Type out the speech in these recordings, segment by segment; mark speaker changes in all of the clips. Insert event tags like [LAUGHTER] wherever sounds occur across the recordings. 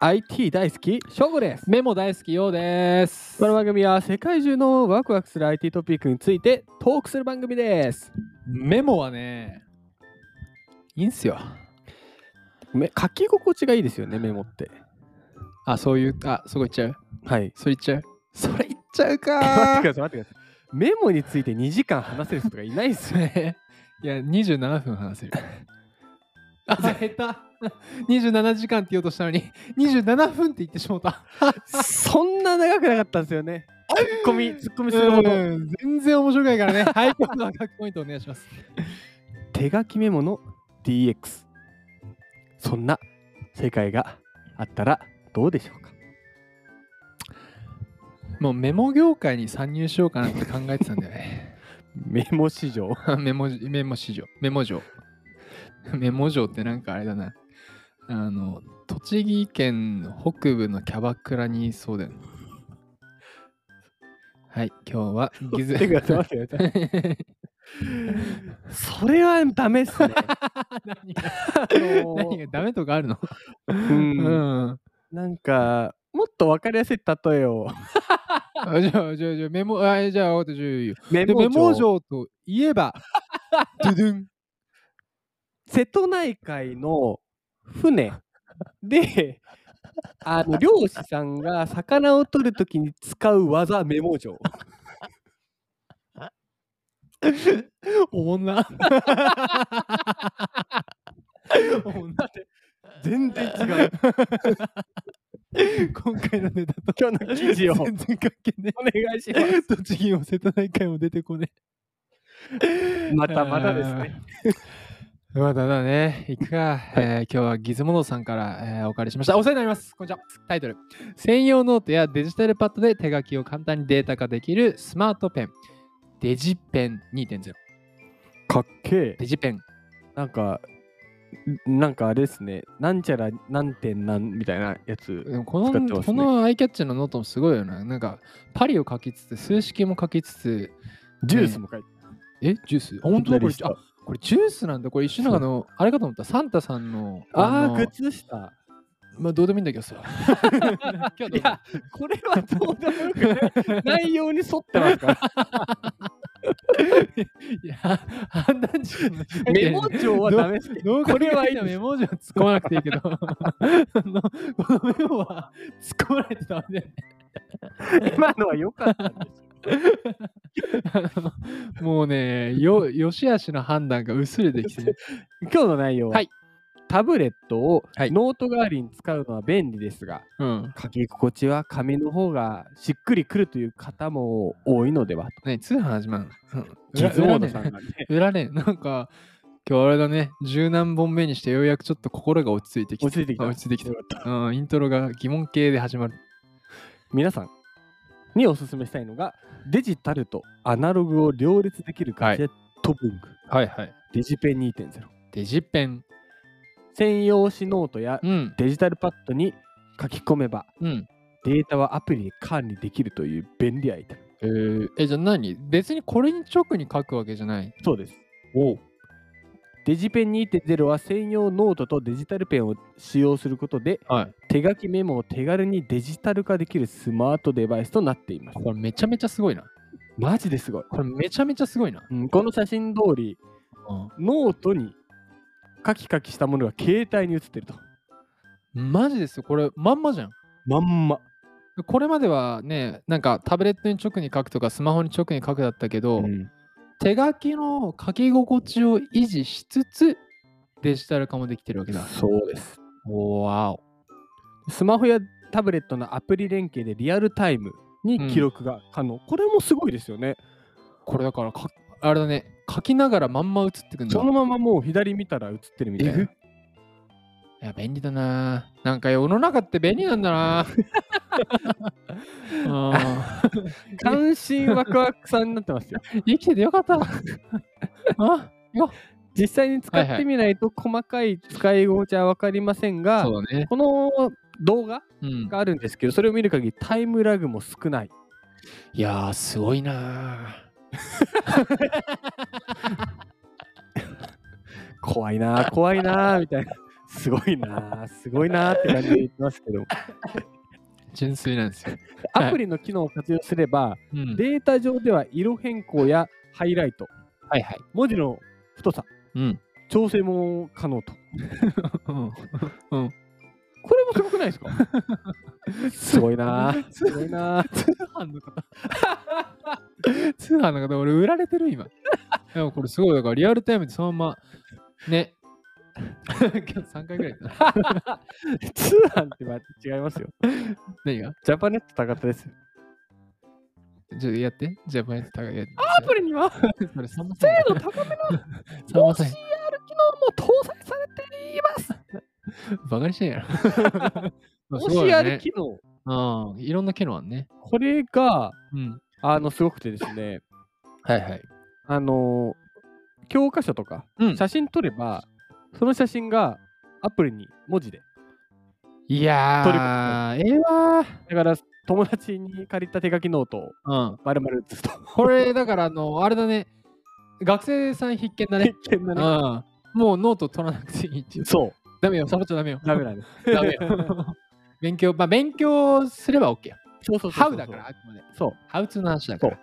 Speaker 1: IT 大好き翔吾です
Speaker 2: メモ大好きようです。
Speaker 1: この番組は世界中のワクワクする IT トピックについてトークする番組です
Speaker 2: メモはね、いいんすよ。
Speaker 1: め書き心地がいいですよねメモって
Speaker 2: あ、そういう、あ、そこ行っちゃう
Speaker 1: はい
Speaker 2: それ行っちゃうそれ行っちゃう
Speaker 1: 待っ
Speaker 2: か
Speaker 1: てください待ってくださいメモについて2時間話せる人がいないです
Speaker 2: [LAUGHS]
Speaker 1: よ
Speaker 2: いや、27分話せる。あ、下手。27時間って言おうとしたのに、27分って言ってしまった。
Speaker 1: そんな長くなかったんですよねツッコミツッコミするほど
Speaker 2: うん全然面白くないからね。はい、今日の赤ポイントお願いします。
Speaker 1: 手書きメモの DX そんな世界があったらどうでしょうか
Speaker 2: もうメモ業界に参入しようかなって考えてたんだよね。 [LAUGHS]
Speaker 1: メモ市場
Speaker 2: メモ、メモ市場、メモ城。 [LAUGHS] メモ城ってなんかあれだな。あの、栃木県北部のキャバクラにいそうだよね。はい、今日はギズ。
Speaker 1: [LAUGHS] 手が止まってくださいそれはダメっ [LAUGHS] すね
Speaker 2: [LAUGHS] 何が
Speaker 1: あの
Speaker 2: 何がダメとかあるの
Speaker 1: うん
Speaker 2: うん。
Speaker 1: なんかもっと分かりやすい例えを
Speaker 2: あじゃあ、じゃあ、じゃあ、メモ、あじゃあ、私言うよ。
Speaker 1: メ
Speaker 2: でメモ
Speaker 1: モ上
Speaker 2: 城といえ
Speaker 1: [LAUGHS]
Speaker 2: ば、ドゥドゥン。
Speaker 1: 瀬戸内海の [LAUGHS] 船であの漁師さんが魚を取るときに使う技メモ上
Speaker 2: おもんな。 [LAUGHS] おもんな。
Speaker 1: 全然違 [LAUGHS] う
Speaker 2: 今回のネタと
Speaker 1: 今日の記事を
Speaker 2: 全然関係ね
Speaker 1: お願いし
Speaker 2: え。 [LAUGHS] 栃木も瀬戸内海も出てこね
Speaker 1: ますまたまたですね
Speaker 2: え。まだだね。行くか。えー今日はギズモノさんから、えーお借りしました。お世話になります。こんにちは。タイトル。専用ノートやデジタルパッドで手書きを簡単にデータ化できるスマートペン。デジペン2.0。
Speaker 1: かっけえ
Speaker 2: デジペン。
Speaker 1: なんかんなんかあれですねなんちゃら何点なんみたいなやつ
Speaker 2: でもこの、
Speaker 1: 使ってます
Speaker 2: こ
Speaker 1: ね
Speaker 2: のアイキャッチのノートもすごいよな。なんか、パリを書きつつ、数式も書きつつ、
Speaker 1: ジュースも書いて
Speaker 2: え、ジュース本当だこれ、
Speaker 1: あ
Speaker 2: あ、これジュースなんだ。これ一瞬なんかあの、あれかと思った。サンタさんの。
Speaker 1: あ
Speaker 2: の
Speaker 1: ー靴下
Speaker 2: まあどうでもいいんだけどさ。 [LAUGHS] 今
Speaker 1: いやこれはどうでもよくない内容に沿ってますから
Speaker 2: [LAUGHS] いや、判断軸の
Speaker 1: メモ帳はダメですけど、こ
Speaker 2: こ
Speaker 1: れ
Speaker 2: れ
Speaker 1: は
Speaker 2: はいい
Speaker 1: いです
Speaker 2: メモじゃ突っ込まなくていいけど、あのこのメモは突っ込まないとダメだよね
Speaker 1: 今のは良かったんですよ。
Speaker 2: あのもうね、よ、よしあしの判断が薄れてきてる。
Speaker 1: 今日の内容は、
Speaker 2: はい
Speaker 1: タブレットを
Speaker 2: はい
Speaker 1: ノート代わりに使うのは便利ですが、
Speaker 2: うん。
Speaker 1: 書き心地は紙の方がしっくりくるという方も多いのではと。
Speaker 2: ね、通販始まる。
Speaker 1: ギズモード
Speaker 2: 裏
Speaker 1: さ
Speaker 2: ね
Speaker 1: んがね、
Speaker 2: 裏ね、なんか、今日あれだね、十何本目にしてようやくちょっと心が落ち着いてきた。
Speaker 1: 落ち着いてきた
Speaker 2: あ落ち着いてきた。うん、イントロが疑問系で始まる。
Speaker 1: 皆さんにおすすめしたいのが、デジタルとアナログを両立できるガジェット文具、
Speaker 2: はいはい。
Speaker 1: デジペン2.0。
Speaker 2: デジペン。
Speaker 1: 専用紙ノートや
Speaker 2: うん。
Speaker 1: デジタルパッドに書き込めば、
Speaker 2: うん。
Speaker 1: データはアプリで管理できるという便利アイテム。
Speaker 2: えーえ、じゃあ何別にこれに直に書くわけじゃない。
Speaker 1: そうです。
Speaker 2: おう。
Speaker 1: デジペン2.0は専用ノートとデジタルペンを使用することで
Speaker 2: はい。
Speaker 1: 手書きメモを手軽にデジタル化できるスマートデバイスとなっています
Speaker 2: こ。れめちゃめちゃすごいな。
Speaker 1: マジですごい。
Speaker 2: これめちゃめちゃすごいな。
Speaker 1: うんこの写真通りノートにカキカキしたものが携帯に映ってると。
Speaker 2: マジですよ。これまんまじゃん。
Speaker 1: まんま。
Speaker 2: これまではね、なんかタブレットに直に書くとかスマホに直に書くだったけど、
Speaker 1: うん
Speaker 2: 手書きの書き心地を維持しつつデジタル化もできてるわけだ。
Speaker 1: そうです。
Speaker 2: おわお。
Speaker 1: スマホやタブレットのアプリ連携でリアルタイムに記録が可能。これもすごいですよね。
Speaker 2: これだからか、あれだね、書きながらまんま映ってくんだ
Speaker 1: そ。のままもう左見たら映ってるみ
Speaker 2: [LAUGHS]
Speaker 1: たい
Speaker 2: え
Speaker 1: な
Speaker 2: ぐ。いや、便利だな。なんか世の中って便利なんだな。 [LAUGHS] あー
Speaker 1: 関心ワクワクさんになってますよ。
Speaker 2: 生きててよかった。あ
Speaker 1: 実際に使ってみないと細かい使い心地は分かりませんが、
Speaker 2: そうだね。
Speaker 1: この動画
Speaker 2: うん、
Speaker 1: があるんですけどそれを見る限りタイムラグも少ない
Speaker 2: いやー、すごいな
Speaker 1: 怖いなあ怖いなあみたいな [LAUGHS] すごいなあすごいなあって感じで言ってますけど、
Speaker 2: 純粋なんですよ。
Speaker 1: アプリの機能を活用すれば、
Speaker 2: うん、
Speaker 1: データ上では色変更やハイライト、
Speaker 2: はいはい。
Speaker 1: 文字の太さ、
Speaker 2: うん。
Speaker 1: 調整も可能と。
Speaker 2: [LAUGHS] うん。
Speaker 1: これもすごくないですか [LAUGHS] すごいなあすごいなあ
Speaker 2: 通販の方。 [LAUGHS] 通販の方、俺売られてる今。でもこれすごい、だからリアルタイムでそのまま、ね。 [LAUGHS] 今日3回ぐらい言ったな
Speaker 1: 通販ってま違いますよ。
Speaker 2: 何が
Speaker 1: ジャパネット高田ですよ。
Speaker 2: ちょっとやって。じゃあ、前に高いやって。
Speaker 1: アプリには
Speaker 2: それ、さんまさ
Speaker 1: 精
Speaker 2: ん。
Speaker 1: 度高めの
Speaker 2: さんまさん
Speaker 1: OCR 機。能も搭載されています。
Speaker 2: バカにしてんや [LAUGHS] ろ。まあすごいよ
Speaker 1: OCR
Speaker 2: ね
Speaker 1: 機能、
Speaker 2: うん。いろんな機能あんね。
Speaker 1: これが
Speaker 2: うん。
Speaker 1: あのすごくてですね、
Speaker 2: はいはい。
Speaker 1: あの教科書とか
Speaker 2: うん
Speaker 1: 写真撮れば、その写真がアプリに文字で。
Speaker 2: いやー、ええわー。
Speaker 1: だから友達に借りた手書きノートを
Speaker 2: うん。
Speaker 1: 丸々写すと。
Speaker 2: これ、だから、あの、あれだね。学生さん必見だね。
Speaker 1: 必見だ
Speaker 2: う
Speaker 1: ね。
Speaker 2: ん。もうノート取らなくていいっていう。
Speaker 1: そ
Speaker 2: ダメよ、サボっちゃダメよ
Speaker 1: う、。ダメなんです。
Speaker 2: ダメ
Speaker 1: [LAUGHS]
Speaker 2: よ。勉強、まあ、勉強すれば OK よ。
Speaker 1: そうそうそうそう
Speaker 2: ハウだから、。あくまで。
Speaker 1: そう。
Speaker 2: ハウツーの話だから。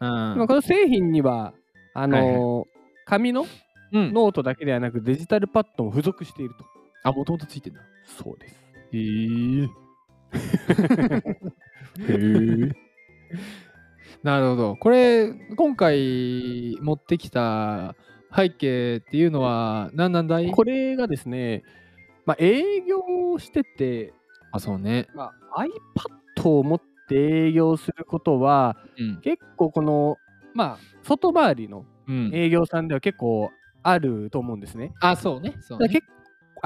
Speaker 1: まあこの製品には、あのー
Speaker 2: はい
Speaker 1: 紙の
Speaker 2: うん。うん。
Speaker 1: ノートだけではなくデジタルパッドも付属していると。
Speaker 2: あ、もともとついてんだ。
Speaker 1: そうです。
Speaker 2: へ
Speaker 1: [LAUGHS]
Speaker 2: え。なるほど。これ、今回持ってきた背景っていうのは何なんだい
Speaker 1: これがですね、まあ、営業をしてて、
Speaker 2: あ、そうね。
Speaker 1: まあ、iPad を持って営業することは
Speaker 2: うん。
Speaker 1: 結構この、まあ、外回りの
Speaker 2: うん、
Speaker 1: 営業さんでは結構あると思うんですね。
Speaker 2: あ、そうね。そう
Speaker 1: だ
Speaker 2: ね
Speaker 1: から結構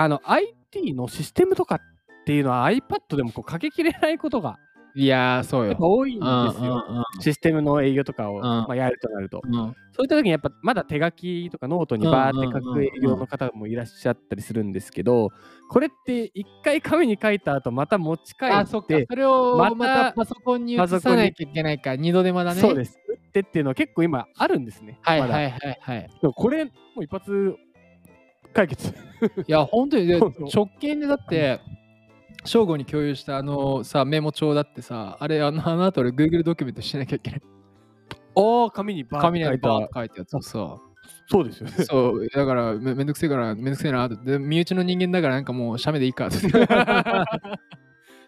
Speaker 1: あの IT のシステムとかっていうのは iPad でもこうかけきれないことが
Speaker 2: いやー、そう
Speaker 1: やっ
Speaker 2: よ
Speaker 1: ぱ。多いん
Speaker 2: う
Speaker 1: で
Speaker 2: んうん
Speaker 1: すよ。システムの営業とかを、
Speaker 2: ん
Speaker 1: まあ、やるとなると。
Speaker 2: うんうん
Speaker 1: そういった時にやっぱまだ手書きとかノートにバーって書く営業の方もいらっしゃったりするんですけど、これって一回紙に書いた後また持ち帰
Speaker 2: あ、そ
Speaker 1: っ
Speaker 2: っか
Speaker 1: て。、
Speaker 2: それを
Speaker 1: また
Speaker 2: またパソコンに移
Speaker 1: パソコ
Speaker 2: さ
Speaker 1: ンに
Speaker 2: ないといけないから、二度手間だね。。
Speaker 1: そうですす。打ってっていうのは結構今あるんですね。
Speaker 2: はい
Speaker 1: ま
Speaker 2: は
Speaker 1: だ
Speaker 2: いはいはい。
Speaker 1: でもこれもう一発解決。
Speaker 2: いや、本当に、で
Speaker 1: そうそう
Speaker 2: 直近でだって、正吾に共有したあのさ、メモ帳だってさ、あれ、あのあの後俺 Google ドキュメントしなきゃいけない。
Speaker 1: ああ、紙にバーっ
Speaker 2: 紙
Speaker 1: て
Speaker 2: に
Speaker 1: 書
Speaker 2: バーッ
Speaker 1: い
Speaker 2: と
Speaker 1: た。
Speaker 2: 書いたやつをさ。
Speaker 1: そうですよね。
Speaker 2: そう、だからめめんどくせえから、めんどくせえなって。で、身内の人間だからなんかもう、写メでいいか
Speaker 1: [LAUGHS]
Speaker 2: って。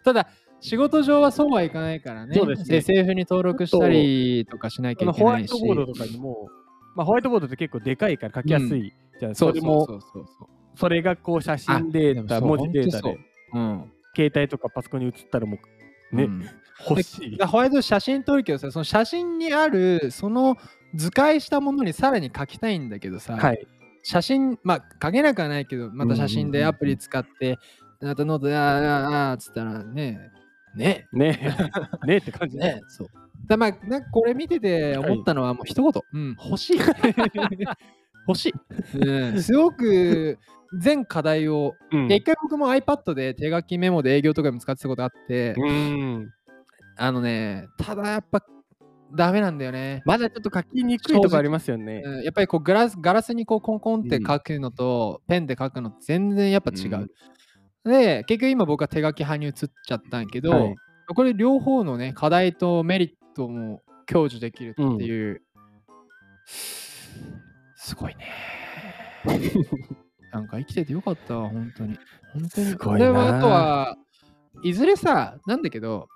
Speaker 2: ただ、仕事上はそうはいかないからね。
Speaker 1: そうですね
Speaker 2: SF に登録したりとかしなき
Speaker 1: こ
Speaker 2: ゃ
Speaker 1: の
Speaker 2: いけ
Speaker 1: ホワ
Speaker 2: な
Speaker 1: イ
Speaker 2: いし。
Speaker 1: トボードとかにも、まあ、ホワイトボードって結構でかいから書きやすい。じゃあ
Speaker 2: そ
Speaker 1: そうれ
Speaker 2: そう
Speaker 1: も
Speaker 2: そうそうそう。
Speaker 1: それがこう写真デー
Speaker 2: あで
Speaker 1: タ、
Speaker 2: もそう
Speaker 1: 文字データ
Speaker 2: ほん
Speaker 1: で
Speaker 2: とうん。
Speaker 1: 携帯とかパソコンに写ったらもうね、
Speaker 2: うん
Speaker 1: 欲し
Speaker 2: [LAUGHS]
Speaker 1: い
Speaker 2: だ。ホワイト写真撮るけどさ、その写真にある、その図解したものにさらに書きたいんだけどさ、
Speaker 1: はい。
Speaker 2: 写真、まあ、書けなくはないけど、また写真でアプリ使って、あとノートで、あーあー、あーっつったらね、ね、
Speaker 1: ねえ。ねえって感じ。
Speaker 2: ね、そう。だまあ、なんかこれ見てて
Speaker 1: はい
Speaker 2: 思ったのは、もう一言、うん、欲
Speaker 1: [LAUGHS]
Speaker 2: しい。欲しい、うん。すごく全課題を、
Speaker 1: うん
Speaker 2: 一回僕も iPad で手書きメモで営業とかにも使ってたことあって、
Speaker 1: うん。
Speaker 2: あのね、ただやっぱダメなんだよね。
Speaker 1: まだちょっと書きにくいとこありますよね。
Speaker 2: うんやっぱりこうグラスガラスにこうコンコンって
Speaker 1: うん
Speaker 2: 書くのと、ペンで書くのって全然やっぱ違う。で結局今僕は手書き派に移っちゃったんやけど、
Speaker 1: はい
Speaker 2: これ両方のね課題とメリットも享受できるっていう、すごいね。なんか生きててよかったわ本当に。本当に
Speaker 1: すごいな
Speaker 2: でもあとはいずれさなんだけど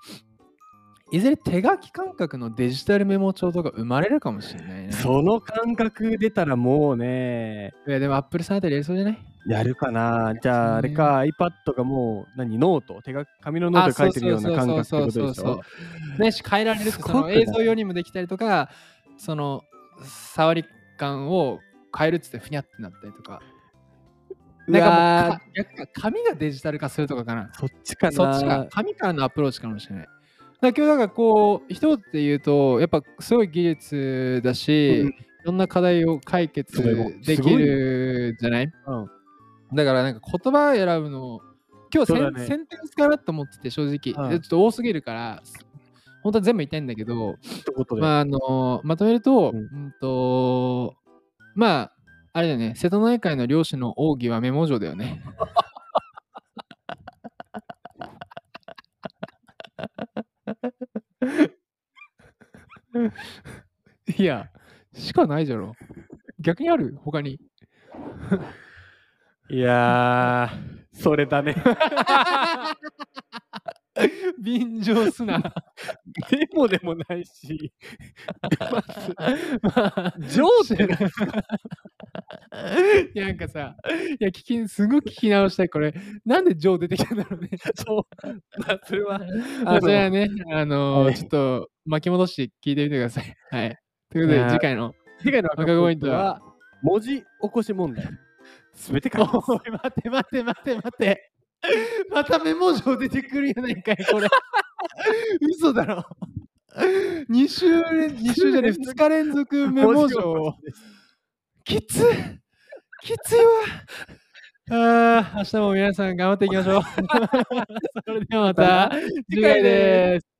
Speaker 2: いずれ手書き感覚のデジタルメモ帳とか生まれるかもしれないね。
Speaker 1: その感覚出たらもうね、
Speaker 2: いやでもアップルさんあたりやりそうじゃない
Speaker 1: やるかな。じゃあ、あれか、iPad がもう、何、ノート手が紙のノートで書いてるような感覚ってことでしょ。
Speaker 2: う。ねし変えられるって
Speaker 1: す
Speaker 2: そ
Speaker 1: ごく
Speaker 2: の
Speaker 1: ない
Speaker 2: 映像用にもできたりとかその触り感を変えるっつってふにゃってなったりとか。
Speaker 1: う
Speaker 2: なんかもう
Speaker 1: わ
Speaker 2: かやっぱ紙がデジタル化するとかかな。
Speaker 1: ーそっちかな。
Speaker 2: そっちが紙からのアプローチかもしれない。だから今日だからこう一言で言うとやっぱすごい技術だし、
Speaker 1: うん
Speaker 2: いろんな課題を解決
Speaker 1: それも
Speaker 2: です
Speaker 1: ごい
Speaker 2: き
Speaker 1: ね
Speaker 2: るじゃない
Speaker 1: うん
Speaker 2: だからなんか言葉選ぶの今日
Speaker 1: そう
Speaker 2: セ
Speaker 1: だ
Speaker 2: ン,、
Speaker 1: ね
Speaker 2: センテンスかなと思ってて正直、
Speaker 1: うん
Speaker 2: でちょっと多すぎるから本当は全部言いたいんだけど、
Speaker 1: ってことで。
Speaker 2: まああのまとめると,、う
Speaker 1: うんん、
Speaker 2: とまああれだよね瀬戸内海の漁師の奥義はメモ上だよねいや、しかないじゃろ。逆にある他に。
Speaker 1: いやー、それだね。
Speaker 2: 便乗すな。
Speaker 1: でもでもな
Speaker 2: [LAUGHS]
Speaker 1: いし、まず、
Speaker 2: まあ
Speaker 1: 上手な
Speaker 2: いや [LAUGHS] なんかさ、いや、聞き、すごく聞き直したい、これ。なんでジョー出てきたんだろうね。
Speaker 1: [LAUGHS] そう、まあ、それは、
Speaker 2: [LAUGHS] あ、それはね、あのー
Speaker 1: はい
Speaker 2: ちょっと巻き戻して聞いてみてください。 [LAUGHS] はい。ということ
Speaker 1: い
Speaker 2: で、
Speaker 1: やー
Speaker 2: 次回 [LAUGHS] の。
Speaker 1: 次回の
Speaker 2: 赤子ポイントは、
Speaker 1: 文字起こし問題。すべて書きます
Speaker 2: [LAUGHS] おい、待って待って待って待って。またメモ上出てくるやないかい、こ
Speaker 1: [LAUGHS]
Speaker 2: れ。嘘だろ。2週連、2週じゃねえ、2日連続 [LAUGHS] メモ
Speaker 1: 文字
Speaker 2: 上
Speaker 1: 起
Speaker 2: を
Speaker 1: こしです
Speaker 2: きつきつ [LAUGHS] いわ [LAUGHS] あー明日も皆さん頑張っていきましょう。それではまた次回です。